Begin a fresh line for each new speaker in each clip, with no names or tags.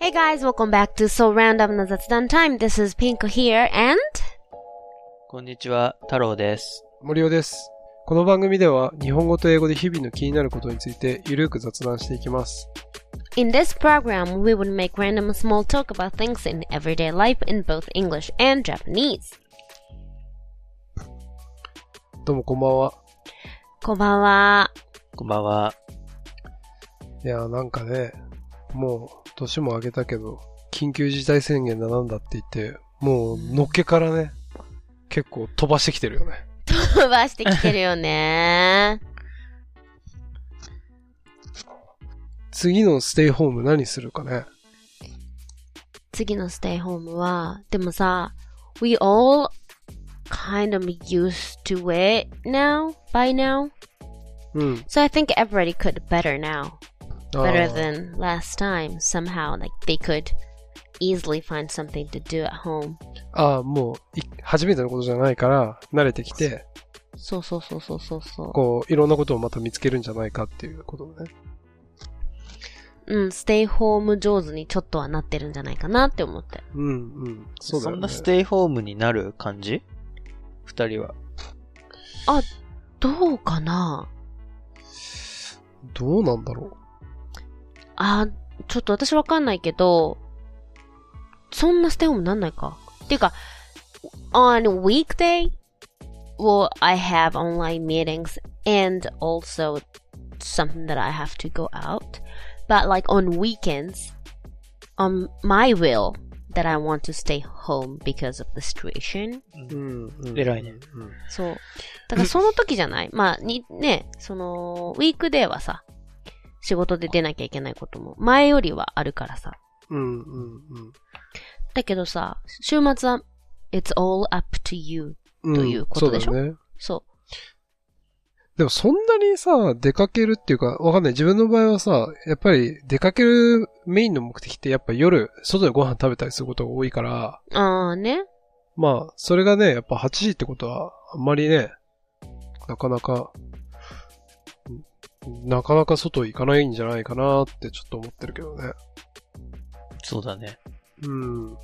Hey guys, welcome back to So Random の雑談 Time. This is Pink here and
こんにちは、太郎です。
森尾です。この番組では日本語と英語で日々の気になることについてゆるく雑談していきます。
in this program we would make random small talk about things in everyday life in both English and Japanese.
どうもこんばんは。
こんばん は。
こんばんは。
いやーなんかね、もう年も明けたけど、緊急事態宣言だなんだって言って、もうのっけからね、結構飛ばしてきてるよね。
飛ばしてきてるよね。
次のステイホーム何するかね。
次のステイホームは、でもさ、we all kind of used to it now, by now.
うん。
So I think everybody could better now.
あー
better than last time somehow like they could easily find something to do at home
あー、もうい初めてのことじゃないから、慣れてきて、
そうそうそうそうそうそ
こう、いろんなことをまた見つけるんじゃないかっていうことをね。
ううんステイホーム上手にちょっとはなってるんじゃないかなって思って
うんうん。そうだよね。
んなステイホームになる感じ二人は。
どうかな
どうなんだろう。
あちょっと私わかんないけどそんなステイホームなんないかっていうか on weekday well I have online meetings and also something that I have to go out. But like on weekends, on my will that I want to stay home because of the situation.
うんうん
偉いね。
うん
そう。だからその時じゃ ないまあ、に、ね、その、ウィークデーはさ、仕事で出なきゃいけないことも前よりはあるからさ。
うんうん
だけどさ、週末は、it's all up to you.
うん。
ということでしょ
そうだよね。
そ
でもそんなにさ、出かけるっていうか、わかんない。自分の場合はさ、やっぱり出かけるメインの目的ってやっぱ夜、外でご飯食べたりすることが多いから、
う。あーね。
まあ、それがね、やっぱ8時ってことは、あんまりね、なかなか、んなかなか外行かないんじゃないかなってちょっと思ってるけどね。
そうだね。
うん。うん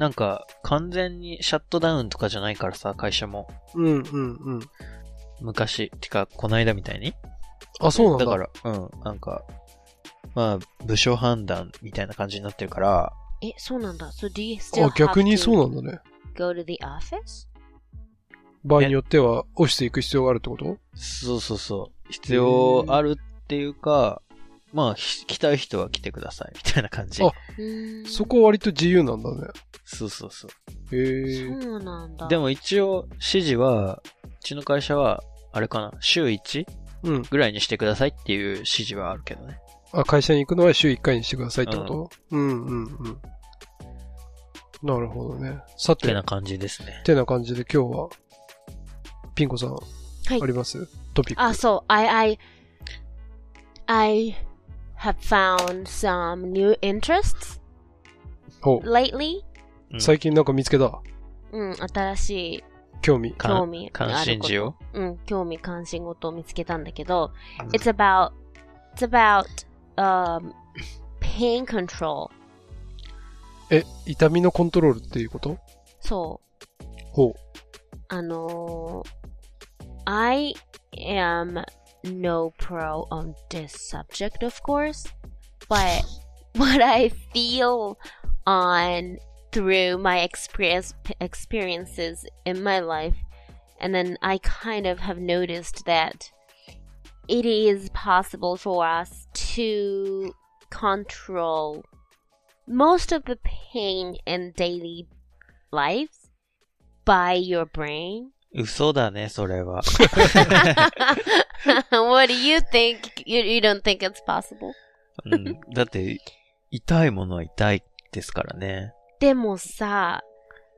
なんか、完全にシャットダウンとかじゃないからさ、会社も。
うんうん。
昔、てか、こないだみたいに。
あ、そうなんだ。
だから、うん、なんか、まあ、部署判断みたいな感じになってるから、
え、そうなんだ。So do you still
あ、逆に
have
そう
to
なんだね。
go to the office?
場合によっては、オフィス行く必要があるってこと
そうそうそう。必要あるっていうか、まあ、ひ来たい人は来てください、みたいな感じ。
あ
うーん
そこは割と自由なんだね。
そうそうそう。
へえ。
そうなんだ。
でも一応、指示は、うちの会社は、あれかな、週 1?
うん。
ぐらいにしてくださいっていう指示はあるけどね。
あ、会社に行くのは週1回にしてくださいってこと、うん、うん、うん。なるほどね。さ
って
て、
な感じですね。
てな感じで今日は、ピン子さん、
い
ありますトピック。
あ、そう。I, I, I have found some new interests
ほう
lately.
うん
最近なんか見つけた
うん、新しい、
興味。
か
興味
関心事を
うん、興味関心事を見つけたんだけど、it's about, it's about, um, pain control.
え、痛みのコントロールっていうこと
そう。
ほ
あのー I am no pro on this subject, of course, but what I feel on through my experience experiences in my life, and then I kind of have noticed that it is possible for us to control most of the pain in daily lives by your brain.
嘘だね、それ は。
what do you think? You, you don't think it's possible?
うんだって、痛いものは痛いですからね。
でもさ、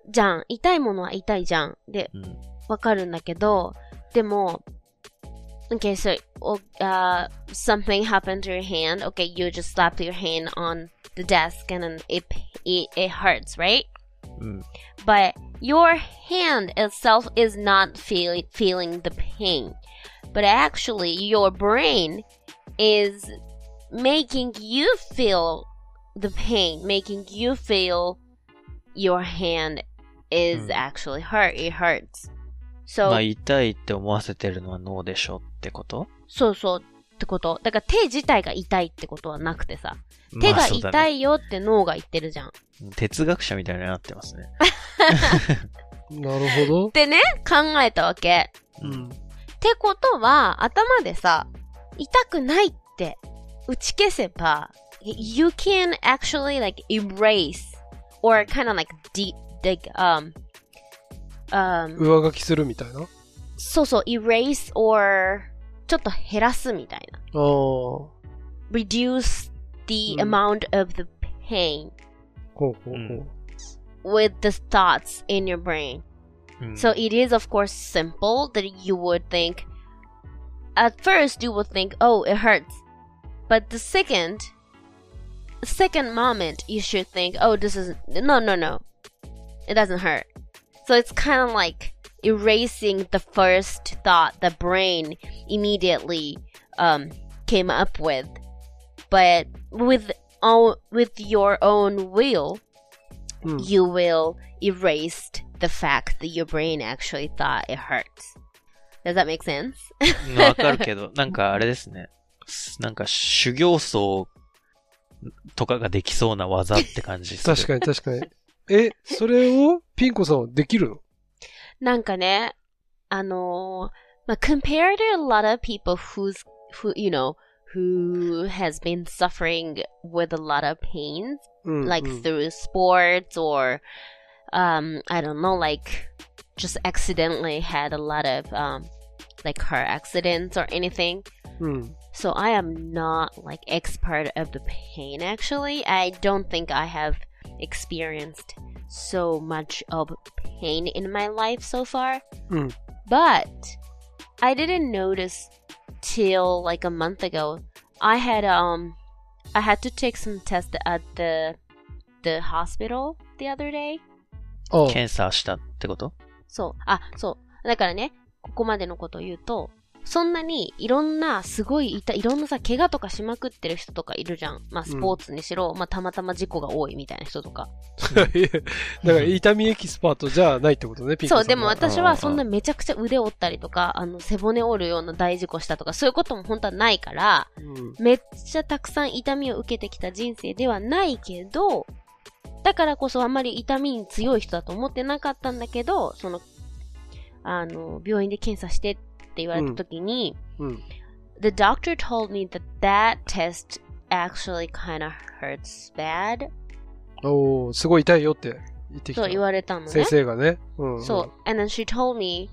じゃん、痛いものは痛いじゃん。で、
うん。
わかるんだけど、でも、okay, so, o- uh, something happened to your hand. Okay, you just slapped your hand on the desk and then it, it, it hurts, right?
うん。
but your hand itself is not feel, feeling the pain but actually your brain is making you feel the pain, making you feel your hand is
Mm.
actually hurt. It hurts.
ま
So
あ、痛いって思わせてるのは脳でしょってこと
そうそうってこと。だから手自体が痛いってことはなくてさ、手
まあ
が
そうだ
痛
ね
いよって脳が言ってるじゃん。
哲学者みたいになってますね。
なるほど
っ。てね、考えたわけ。
うん。
ってことは、頭でさ、痛くないって打ち消せば、you can actually like erase or kind of like de, like, um, um,
上書きするみたいな。あ
そうそう、erase or ちょっと減らすみたいな。
あ。ほ
reduce the
うん
amount of the pain
うほうほう。
うん
with the thoughts in your brain.
うん
So it is, of course, simple that you would think. At first, you would think, "Oh, it hurts," but the second, second moment, you should think, "Oh, this is no, no, no, it doesn't hurt." So it's kind of like erasing the first thought the brain immediately um, came up with, but with own, with your own will,
うん。
you will erase the fact that your brain actually thought it hurts. Does that make sense?
うんわかるけど、なんかあれですね。すなんか修行僧とかができそうな技って感じする。
確かに確かに。え、それをピンコさんはできるの
なんかね、あのーまあ、compared to a lot of people who's, who, you know, who has been suffering with a lot of pains,
うん。
like
うん
through sports or, um, I don't know, like just accidentally had a lot of, um, like car accidents or anything.
うん。
So I am not like expert of the pain actually. I don't think I have experienced so much of pain in my life so far.
うん。
But I didn't notice till like a month ago. I had um I had to take some tests at the the hospital the other day.
ああ。
検査したってこと
そう。あ、そう。だからね、ここまでのことを言うと、そんなにいろんな、すごいいた、いろんなさ、怪我とかしまくってる人とかいるじゃん。まあ、スポーツにしろ、まあ、たまたま事故が多いみたいな人とか。
いやだから痛みエキスパートじゃないってことね、ピンコ
そ
さんは。
う、でも
ん
私はそんなめちゃくちゃ腕折ったりとか、あの、背骨折るような大事故したとか、そういうことも本当はないから、
うん。
めっちゃたくさん痛みを受けてきた人生ではないけど、だからこそあんまり痛みに強い人だと思ってなかったんだけど、その、あの、病院で検査してって言われた時に、
うん。
The doctor told me that that test actually kinda hurts bad.
おおすごい痛いよって言ってきた。
そう言われたのね。
先生がね。うん、うん。
So, and then she told me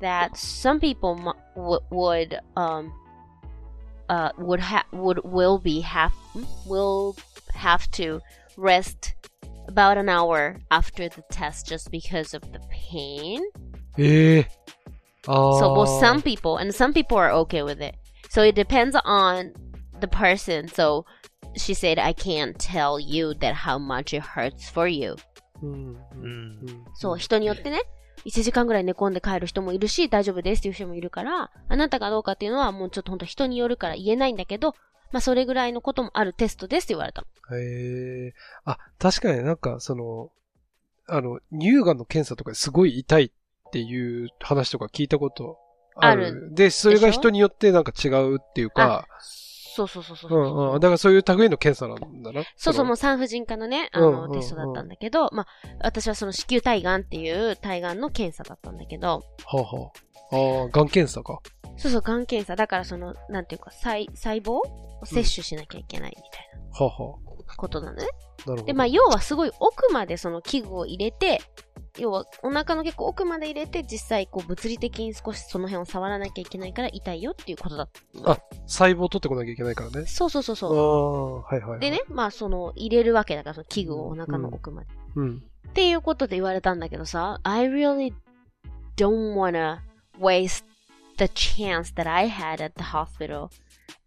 that some people mu- w- would um uh would ha- would will be have will have to rest about an hour after the test just because of the pain.
ええああ。
So, well, some people and some people are okay with it. So it depends on the person. So she said, I can't tell you that how much it hurts for you.
うん。
う
うん
ん。
そう、人によってね、1時間ぐらい寝込んで帰る人もいるし、大丈夫ですっていう人もいるから、あなたがどうかっていうのはもうちょっと本当人によるから言えないんだけど、まあそれぐらいのこともあるテストですって言われたの。
へえあ、確かになんか、その、あの、乳がんの検査とかですごい痛いっていう話とか聞いたことある。
ある
で、それが
でしょ
人によってなんか違うっていうか、
そうそうそうそう
う
そう。
んうん。だからそういう類の検査なんだな。
そうそう、も
の
う産婦人科のね、あ
うんうん
の、
うん
テストだったんだけど、まあ、私はその子宮体がんっていう体がんの検査だったんだけど、
はあはあ。ああ、がん検査か。
そうそう、がん検査。だからその、なんていうか、細、細胞を摂取しなきゃいけないみたい
はあは
なことなのね。
あ。なるほど。
で、まあ、要はすごい奥までその器具を入れて、要はお腹の結構奥まで入れて、実際こう物理的に少しその辺を触らなきゃいけないから痛いよっていうことだったの。
あ細胞取ってこなきゃいけないからね。
そうそうそう
あ
そ
あ、はいはいは
う。
い。
でね。、まあその入れるわけだから、その器具をお腹の奥まで。
うん。
っていうことで言われたんだけどさ、I really don't wanna waste the chance that I had at the hospital.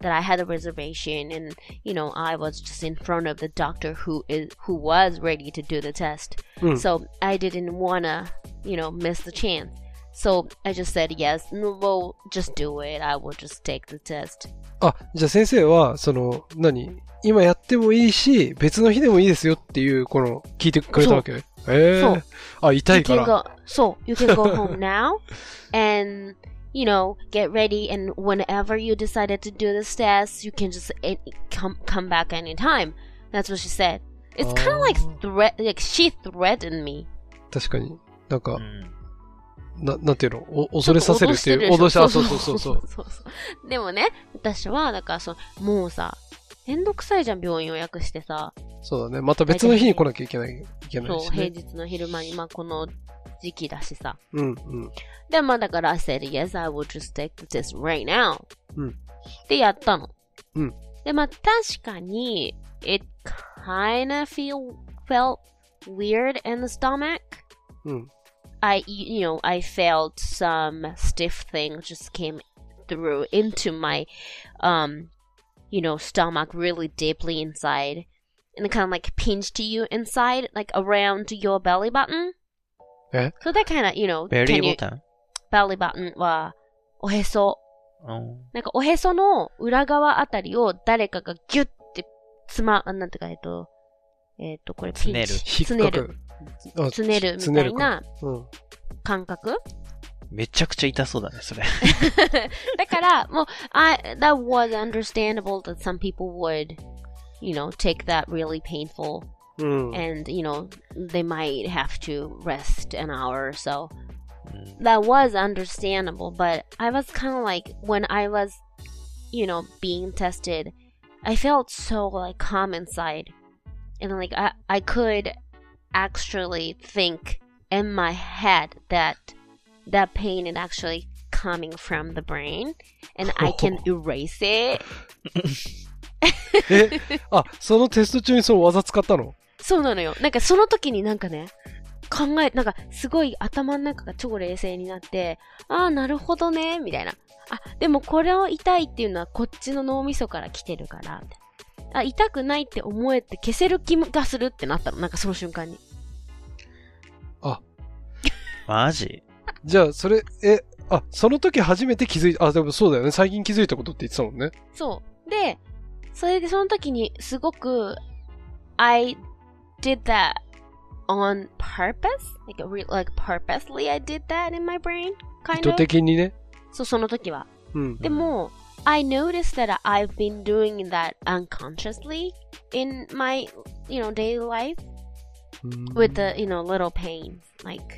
That I had a reservation, and you know, I was just in front of the doctor who is who was ready to do the test.
うん。
So I didn't wanna, you know, miss the chance. So I just said yes. No, well, just do it. I will just take the test.
あ、じゃあ先生は、その、何今やってもいいし、別の日でもいいですよっていう、この、聞いてくれたわけええ
そう
あ、痛い
You
か
can
ら。
go. So you can go home now, and you know get ready. And whenever you decided to do this test, you can just eh, come come back anytime. That's what she said. It's kind of
Oh.
like threat. Like she threatened me.
確かに。なんか
う、ん
な、なんていうのお恐れさせるっていう。
ちょ
脅
っ
し
と
た。あ
脅
そう
し
そうそうそう。
そうそうでもね、私は、だからその、もうさ、めんどくさいじゃん、病院予約してさ。
そうだね。また別の日に来なきゃいけない、いけない
そう、
し、
平
ね。
日の昼間に、まあこの時期だしさ。
うん、うん。
で、まあだから、I said, yes, I will just take this right now.
うん
で、やったの。
うん
で、まあ確かに、it kinda feel, felt weird in the stomach.
うん。
I, you know, I felt some stiff thing just came through into my, um, you know, stomach really deeply inside. And it kind of like pinched you inside, like around your belly button.
Eh?
So that kind of, you know,
ベリ
can
ー
you-
ボタン
belly button は、おへそ。
うん
なんかおへその裏側あたりを誰かがギュッてつま、あなんていうか、えっと、えっと、これピンチ。
引っ
ね
か
る。
く。あ
つねる
つ
みたいな
つねるかうん。
感覚
めちゃくちゃ痛そうだね、それ。
だから、もう、I, that was understandable that some people would, you know, take that really painful
うん。
and, you know, they might have to rest an hour or so.
うん
That was understandable, but I was kind of like, when I was, you know, being tested, I felt so, like, calm inside. And, like, I, I could actually think in my head that that pain is actually coming from the brain and I can erase it.
え、あ、そのテスト中にその技使ったの
そうなのよ。なんかその時になんかね、考え、なんかすごい頭の中が超冷静になって、ああ、なるほどね、みたいな。あ、でもこれを痛いっていうのはこっちの脳みそから来てるから、みたいな。あ、痛くないって思えて消せる気がするってなったの。なんかその瞬間に。
マジ
じゃあ、それ、え、あ、その時初めて気づいた、あ、でもそうだよね。最近気づいたことって言ってたもんね。
そう。で、それでその時にすごく、I did that on purpose? Like, re- like purposely I did that in my brain?
意
Kind
図
of?
的にね。
そう、その時は。
うん。
でも、I noticed that I've been doing that unconsciously in my, you know, daily life
うん、
with the, you know, little pains. Like,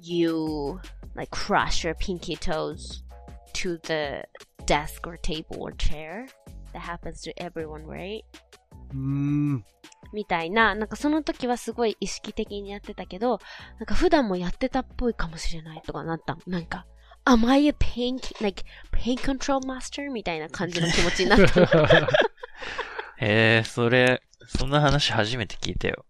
you, like, crush your pinky toes to the desk or table or chair. That happens to everyone, right?
うん。
みたいな、なんかその時はすごい意識的にやってたけど、なんか普段もやってたっぽいかもしれないとかなったの。なんか、Am I a pain, like, pain control master? みたいな感じの気持ちにな ったの。
へえ、それ、そんな話初めて聞いたよ。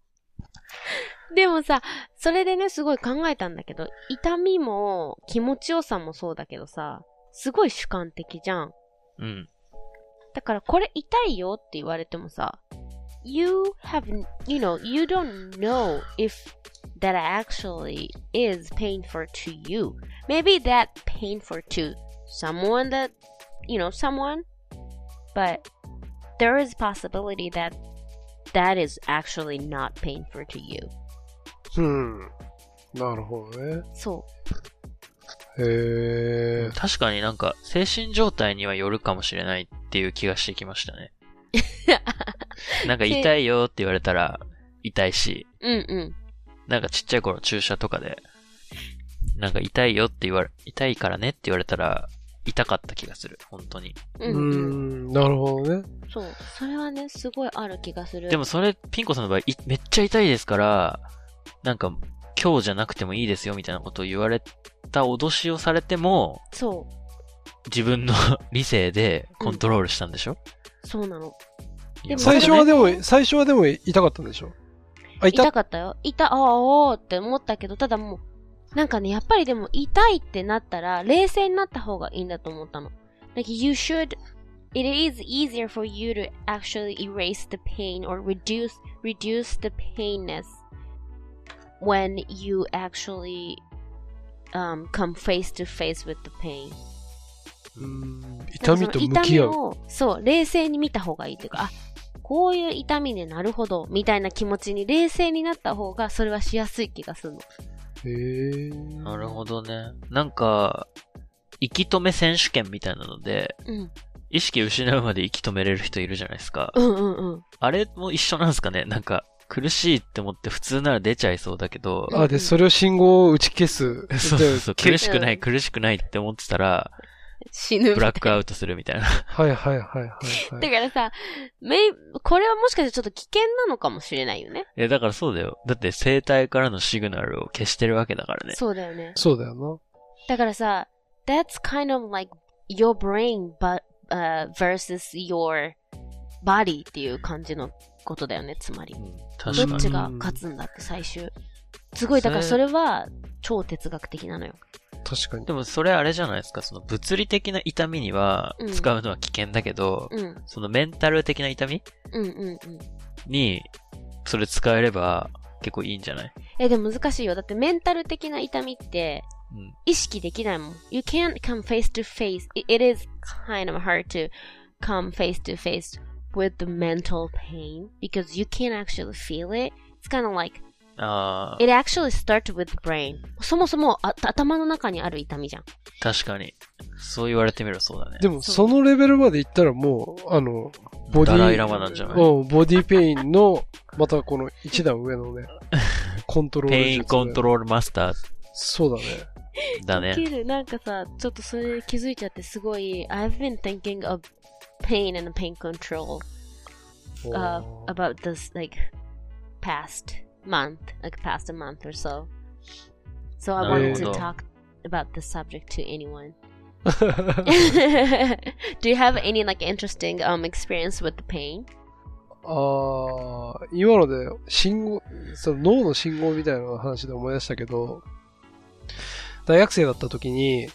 でもさ、それでね、すごい考えたんだけど、痛みも気持ちよさもそうだけどさ、すごい主観的じゃん。
うん。
だからこれ痛いよって言われてもさ、You have, you know, you don't know if that actually is painful to you. Maybe that painful to someone that, you know, someone, but there is possibility that that is actually not painful to you.
うん。なるほどね。
そう。
へえ。
確かになんか、精神状態にはよるかもしれないっていう気がしてきましたね。なんか痛いよって言われたら、痛いし、
うんうん。
なんかちっちゃい頃注射とかで、なんか痛いよって言われ、痛いからねって言われたら、痛かった気がする、本当に。
う
うん
うん。
ん。なるほどね。
そう。それはね、すごいある気がする。
でもそれ、ピンコさんの場合、いめっちゃ痛いですから、なんか、今日じゃなくてもいいですよみたいなことを言われた脅しをされても、
そ
自分の 理性でコントロールしたんでしょ、
う。そうなの。
い
で
や
も
最初はで
それ
も、最初はでも痛かったんでしょあ、痛
痛かったよ。痛、ああ、ああって思ったけど、ただもう、なんかね、やっぱりでも痛いってなったら、冷静になった方がいいんだと思ったの。Like, you should, it is easier for you to actually erase the pain or reduce, reduce the painness when you actually um, come face to face with the pain.
うーん、
な
痛
んか
み
そ
と
の
向き合う
痛み。を、そう、冷静に見た方がいいというか、あ、こういう痛みね、なるほど、みたいな気持ちに冷静になった方が、それはしやすい気がするの。
へー
なるほどね。なんか、息止め選手権みたいなので、
うん。
意識失うまで息止めれる人いるじゃないですか。
うんうんうん。
あれも一緒なんですかねなんか、苦しいって思って普通なら出ちゃいそうだけど、
あ、で、それを信号を打ち消す。
そうそうそう、
で
苦しくない、苦しくないって思ってたら、
死ぬみたい
ブラックアウトするみたいな。
はいはいはいはい、は
だ
い。
からさ、めい、これはもしかしてちょっと危険なのかもしれないよね。
え、だからそうだよ。だって生体からのシグナルを消してるわけだからね。
そうだよね。
そうだよ
だからさ、that's kind of like your brain but, uh, versus your body っていう感じのことだよね、つまり
う。ん、
ど
確か
っ
に。
ちが勝つんだって最終。すごい、だからそれは超哲学的なのよ。
な。確かに。
でもそれあれじゃないですか、その物理的な痛みには
うん
使うのは危険だけど、
うん、
そのメンタル的な痛み
うん、うん、うん。
に、それ使えれば結構いいんじゃない
え、でも難しいよ。だってメンタル的な痛みって
うん。
意識できないもん。You can't come face to face. It- It is kind of hard to come face to face with the mental pain because you can't actually feel it. It's kind of like
ああ、
It actually starts with the brain. そもそもあ頭の中にある痛みじゃん。
確かに。そう言われてみればそうだね。
でも、
そう
そのレベルまでいったらもう、あの、ボデ
ダ
ィ
ライラマなんじゃない
うん、ボディペインの、またこの一段 上のね、コントロール術。
ペインコント
ロール。
ロールマスター
そうだね。
だね。
ウケるなんかさ、ちょっとそれ気づいちゃってすごい、I've been thinking of pain and pain control、uh,
おー
about this like past month, like past a month or so. So I
な
wanted
るほ
to
ど
talk about this subject to anyone. Do you have any like interesting um experience with the pain?
あー今ので、信号、その脳の信号みたいな話で思い出したけど、大学生だった時に、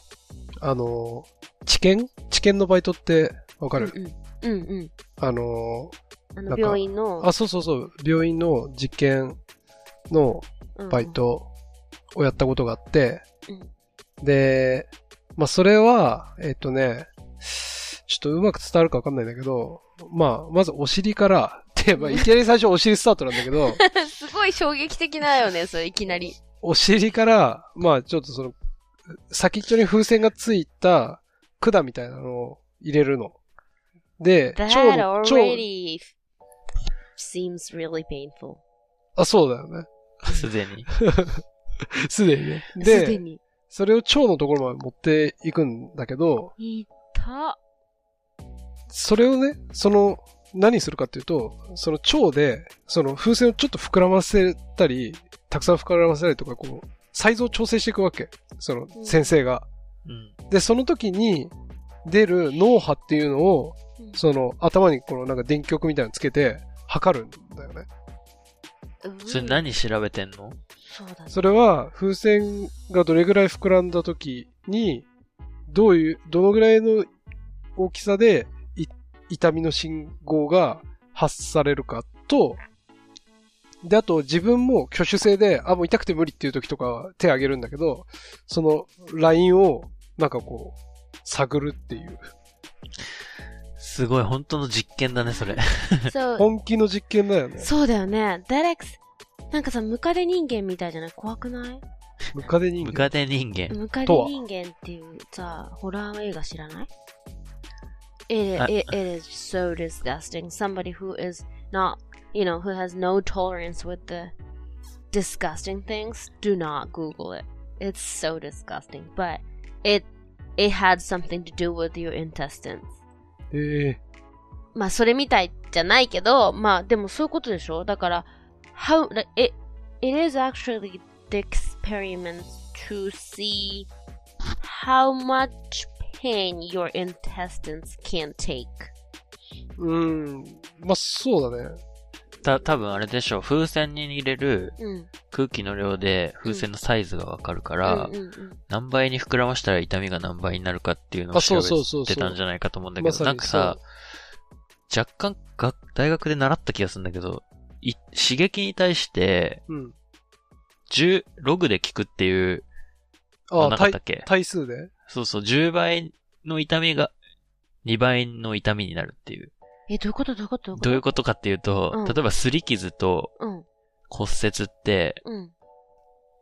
あの、治験治験のバイトって、わかる、
うんうん。うん
あの、
うん。あ
なん
の
か
病院の。
あ、そうそうそう、病院の実験の
うん
バイ。トをやったことがあって、
うん
で、まあ、それは、えっとね、ちょっとうまく伝わるかわかんないんだけど、まあ、まずお尻から、って、まあ、いきなり最初お尻スタートなんだけ ど、
すごい衝撃的だよね、それいきなり。
お尻から、まあ、ちょっとその、先っちょに風船がついた管みたいなのを入れるの。で、
That
腸の、腸、
already seems really painful.
あ、そうだよね。
すでに。
すでにね。
すで
で、
に。
それを腸のところまで持っていくんだけど、
いた。
それをね、その、何するかっていうと、その腸で、その風船をちょっと膨らませたり、たくさん膨らませたりとか、こう、サイズを調整していくわけ。その、先生が。
うん。
で、その時に出る脳波っていうのを、
うん
その、頭にこのなんか電極みたいなのつけて、測るんだよね。
それ何調べてんの
そうだね。
それは、風船がどれぐらい膨らんだ時に、どういう、どのぐらいの大きさで、い痛みの信号が発されるかと、で、あと自分も挙手制で、あ、もう痛くて無理っていう時とかは手あげるんだけど、そのラインを、なんかこう、探るっていう。
すごい、本当の実験だね、そ れ。
そう、
本気の実験だよね。
そうだよね。ダレックス、なんかさ、ムカデ人間みたいじゃない怖くない
ムカデ人
ム
間。
カデ人間。
ムカデ
とは
人間っていうさ、ホラー映画知らない it,
あ
it, it is so disgusting. Somebody who is not, you know, who has no tolerance with the disgusting things, do not Google it. It's so disgusting. But it, it had something to do with your intestines.
ええ
まあ、それみたいじゃないけど、まあ、でもそういうことでしょだから、how, like, it, it is actually the experiment to see how much pain your intestines can take.
うん。まあ、そうだね。
た、多分あれでしょう。風船に入れる
うん。
空気の量で風船のサイズがわかるから、
うんうんうん。
何倍に膨らましたら痛みが何倍になるかっていうのを
あそ
調
うそうそうそ
べ
う
てたんじゃないかと思うんだけど、
まさに
なんかさ、若干が大学で習った気がするんだけど、い刺激に対して、
うん。
10、ログで効くっていう、な
ああ、
かっ
体
たっけ
対数で
そうそう、10倍の痛みが2倍の痛みになるっていう。
え、どういうことどういうこと
どういうことかっていうと、
うん
例えば擦り傷と
うん、
骨折って、
うん。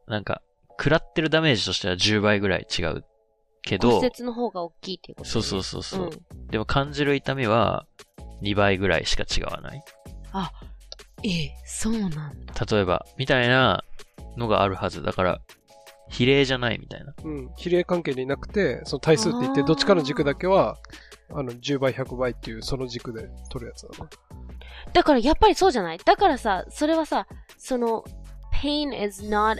なんか、食らってるダメージとしては10倍ぐらい違うけど、
骨折の方が大きいっていうこと
そうそううそうそう、
ん。
でも感じる痛みは2倍ぐらいしか違わない。
ええ、そうなんだ。
例えば、みたいなのがあるはず。だから、比例じゃないみたいな。
うん、比例関係になくて、その対数って言って、
あー
どっちかの軸だけは、あの、10倍、100倍っていう、その軸で取るやつだな。
だからやっぱりそうじゃないだからさ、それはさ、その、pain is not,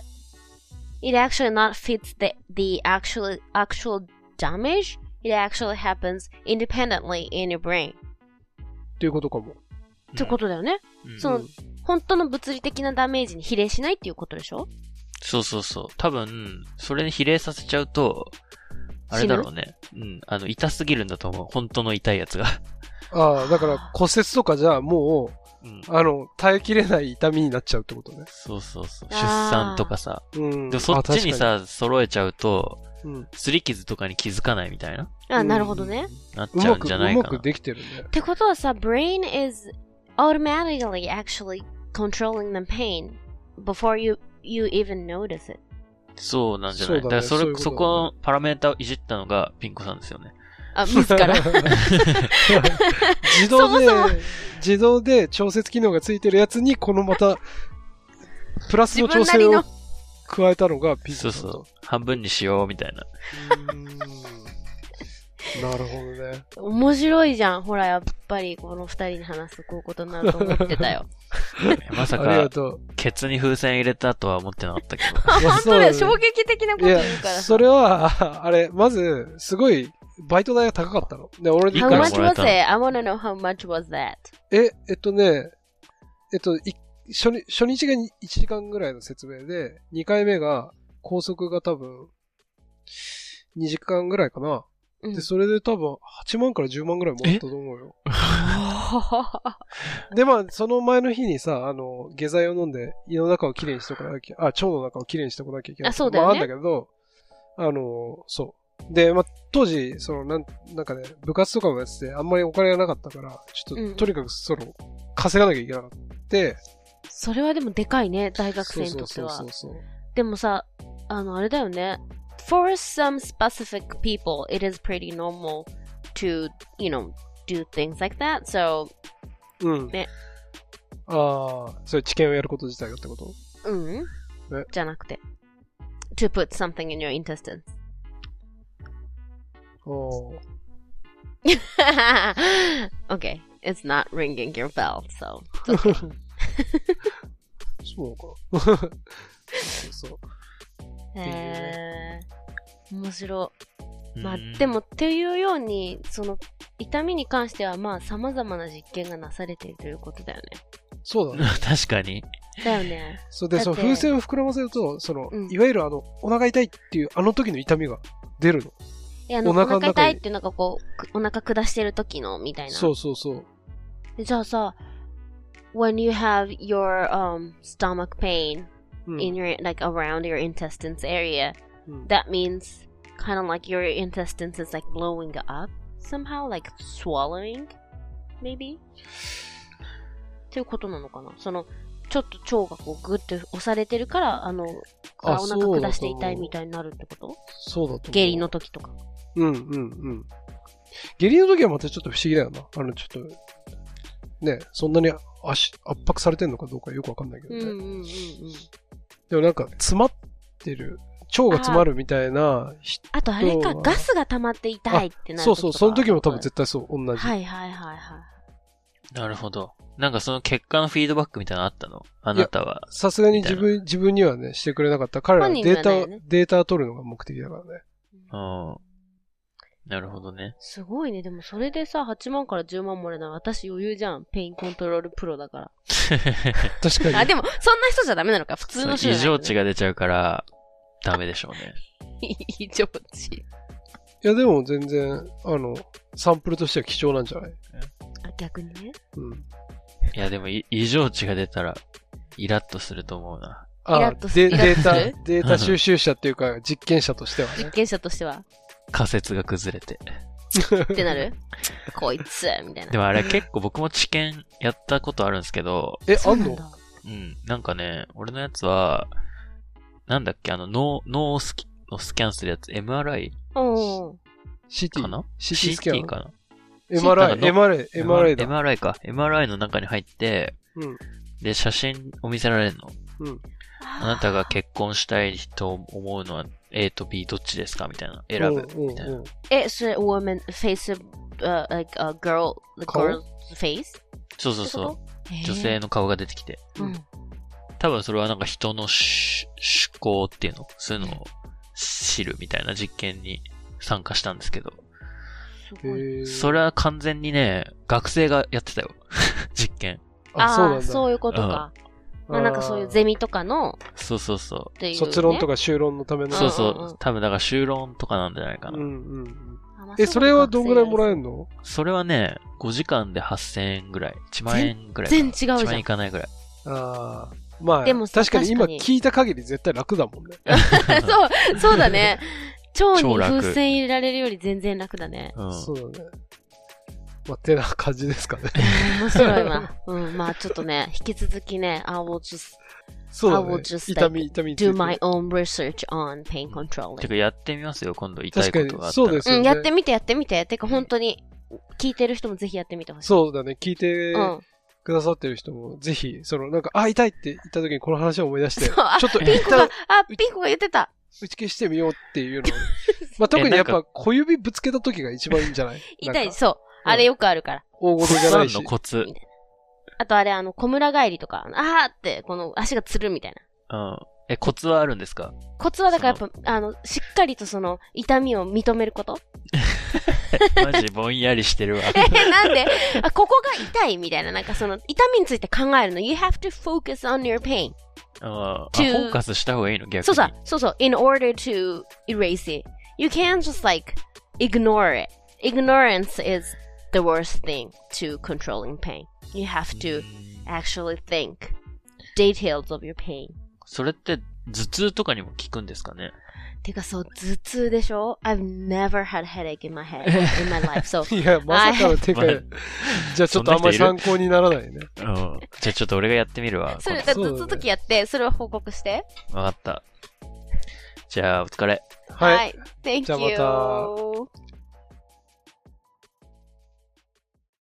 it actually not fits the, the actual, actual damage. It actually happens independently in your brain.
っていうことかも。
ってことだよね。
うん
その、本当の物理的なダメージに比例しないっていうことでしょ
そうそうそう。多分、それに比例させちゃうと、あれだろうね。うん。あの、痛すぎるんだと思う。本当の痛いやつが。
ああ、だから骨折とかじゃ、も
うん。
う、あの、耐えきれない痛みになっちゃうってことね。
そうそうそう。出
あー
産とかさ。
うん。
でもそっちに
あ、
さ、揃えちゃうと、
確かにうん
擦り傷とかに気づかないみたいな、
あ、なるほどね。。
なっ
う
ちゃ
ま
うん
く、
じゃ
う
ないか
ま
な。
くできてるね
っ。てことはさ、brain is automatically actually controlling the pain before you, you even notice it.
そうなんじゃない
そ
だ,、か
うだね
らそれ
そういう
そ、
ことだね
このパラメータをいじったのがピンコさんですよね。
あ、自 ら。
自動で
そもそも
自動で調節機能がついてるやつに、このまた、プラス
自
の調
分な
整
り
を
の。
加えたのがピザ
そうそう。半分にしようみたい な。
なるほどね。
面白いじゃん。ほら、やっぱりこの二人に話すとこういうことになると思ってたよ。
まさ
ありが
か、
と
ケツに風船入れたとは思ってなかったけど。
う。いや
本当
そう
だよ、
ね
衝撃的なこと
い
言
や
うから、さ。
それは、あれ、まず、すごい、バイト代が高かったの。で、俺
いいか
How
ら
much
もらえ
was
た
it?
の
I wanna know how much was that?
え、えっとね、えっと、い初日初日が1時間ぐらいの説明で、2回目が、高速が多分、2時間ぐらいかな。
うん
で、それで多分、8万から10万ぐらいもらったと思うよ。で、まあ、その前の日にさ、あの、下剤を飲んで、胃の中をきれいにしとかなきゃ、あ、腸の中をきれいにしとかなきゃいけない。
あそうだよね
まあ、あんだけど、あの、そう。で、まあ、当時、その、なん、なんかね、部活とかもやってて、あんまりお金がなかったから、ちょっと、
うん
とにかく、その、稼がなきゃいけなかった。
それはでもでかいね、大学生にとって
そう
は
そうそう。そう。
でもさ、あの、あれだよね。For some specific people, it is pretty normal to, you know, do things like that. So,
うん。
ね
ああ、それ知見をやること自体がってこと
うん
え
じゃなくて。to put something in your intestines.
おー
okay, it's not ringing your bell, so.
そうなのかな そうそう。
へ
いうね
ー面白い。 まあ
うん、
でも、っていうように、その、痛みに関しては、まあ、様々な実験がなされているということだよね。
そうだね。
確かに。
だよね。
そうで、
だって
その風船を膨らませると、その、
うん
いわゆるあの、お腹痛いっていう、あの時の痛みが出るの。
いや、あの、
お
お
腹の
腹
中に
痛いっていうのがこう、くお腹下してる時の、みたいな。
そうそうそう。
じゃあさ、when you have your, um, stomach pain
うん
in your, like, around your intestines area,
うん
that means kind of like your intestines is like blowing up somehow, like swallowing, maybe? っていうことなのかなその、ちょっと腸がこうグッて押されてるから、あの、お
あ
腹
そうだ
下して痛い
と思う
みたいになるってこと
そうだと思う。
下痢の。時とか。
うんうんうん。下痢の時はまたちょっと不思議だよな。あの、ちょっと、ね、そんなに足、圧迫されてんのかどうかよくわかんないけど
うん
ね。
うんうんうん。
でもなんか、詰まってる。腸が詰まるみたいな人
あとあれ
あ
か、
とは
ガスが溜まって痛いってなる
そ
時と
う
か
そう、その時も多分絶対そう、同じ。
はいはいはいはい。
なるほど。なんかその結果のフィードバックみたいなのあったのあなたは。
さすがに自分、自分にはね、してくれなかった。彼らは
本人に
デ
は
ータ、
ないよね
データ取るのが目的だからね。
うん。なるほどね。
すごいね。でもそれでさ、8万から10万もらえたら私余裕じゃん。ペインコントロールプロだから。
確 かに。
あ、でも、そんな人じゃダメなのか、普通の人
異
じゃな
常
い
値が出ちゃうから、ダメでしょうね。
異常値。
いや、でも全然、あの、サンプルとしては貴重なんじゃない
あ、逆にね。
うん。
いや、でもい異常値が出たら、イラッとすると思うな。
イラ
あ
ッとす
で
イラッ
デ
と
ー
する
タ、データ収集者っていうか、実験者としてはね
実。験者としては。
仮説が崩れて。
ってな るこいつみたいな
で。もあれ結構僕も治験やったことあるんですけど、
え、
そ
あ
うんなん
の
だ
うん、なんかね、俺のやつは、なんだっけ、あの、脳、脳をスキをスキャンするやつ、MRI
うんうん。
?CT?
かな
CT スキャン
かな
?MRI、
なん
MRI、MRI だ。
MRI か。MRI の中に入って、
うん
で、写真を見せられるの。
うん。
あなたが結婚したい人を思うのは A と B どっちですかみたいな。選ぶ。みたいな。
な。
え、それ、woman, face of, uh, like a girl, the
顔
girl's face?
そうそ
っ
う
て
そ
こと
う。女。
へ
性の顔が出てきて。
ーうん。
多分それはなんか人のし思考っていうの、そういうのを知るみたいな実験に参加したんですけど、
す
へ
ごい。
ー
それは完全にね、学生がやってたよ。 実験。
あ、そう
あ
な
あ、
んだ。
そういうことか。まあなんかそういうゼミとかの、
そうそうそ
っていう
あ
ね。
ー卒論とか修論のため
う。
の。
そうそ
うんうんうん
う。多分だから修論とかなんじゃないか
う
な。
んうんうん。
あ。まあ
え、それはどんぐらいもらえ
る
るの
それはね、5時間で8000円ぐらい。1万円ぐらいかな。
全然違うじゃん
1万円いかないぐらい。
ああ。まあ、
でもさ
確かに今
確か
聞いた限り絶対楽だもんね。
そう、そうだね。腸に
超楽
風船入れられるより全然楽だね。
うん。
そうだね。まあ、てな感じですかね。
面白いわ。うん、まあちょっとね、引き続きね、I will just
そうだ
I will
ね。
just,
痛み、痛みについ
do
て
my own research on pain controlling.
てかやってみますよ、今度痛いこ
確か
とがあ
に、
った
そ
ら。
うです
う
よ
ん、
ね。
やってみて、やってみて。てか、本当に、聞いてる人もぜひやってみてほしい。
そうだね。聞いうて
ん。
くださってる人も、ぜひ、その、なんか、あ、痛いって言った時にこの話を思い出して、
そう
ち ょ
あ
っと
ピン
一
コが
旦、
あ、ピンコが言ってた。
打ち消してみようっていう のを。まあ、特にやっ
えな
ぱ、小指ぶつけた時が一番いいんじゃない
痛
なん
い、
か
そう。
うん
あれよくあるから。
大事じゃない
ファンの
し。
コツ。
あとあれ、あの、小村帰りとか、あーって、この足がつるみたいな。
うん。え、コツはあるんです か
コツはだからやっぱ、あの、しっかりとその、痛みを認めること。
マジぼんやりしてるわ。
えなんであ、ここが痛いみたいな、なんかその、痛みについて考えるの。You have to focus on your pain.
うんあフ
To-
ォーカスした方がいいの逆に。
そうさ、そうそう。In order to erase it, you can't just like ignore it. Ignorance is the worst thing to controlling pain. You have to
うん
actually think details of your pain.
それって頭痛とかにも効くんですかね
てかそう、頭痛でしょ ?I've never had headache in my head, in my life. So,
いや、まさか の展開。じゃあちょっとあんまり
そん
参考にならないね。
う ん。じゃあちょっと俺がやってみるわ。
それ、
今
だ
そうだね
ずっと時やって、それを報告して。
度わかった。じゃあお疲れ。
はい。
Thank
じゃあ
you.
ま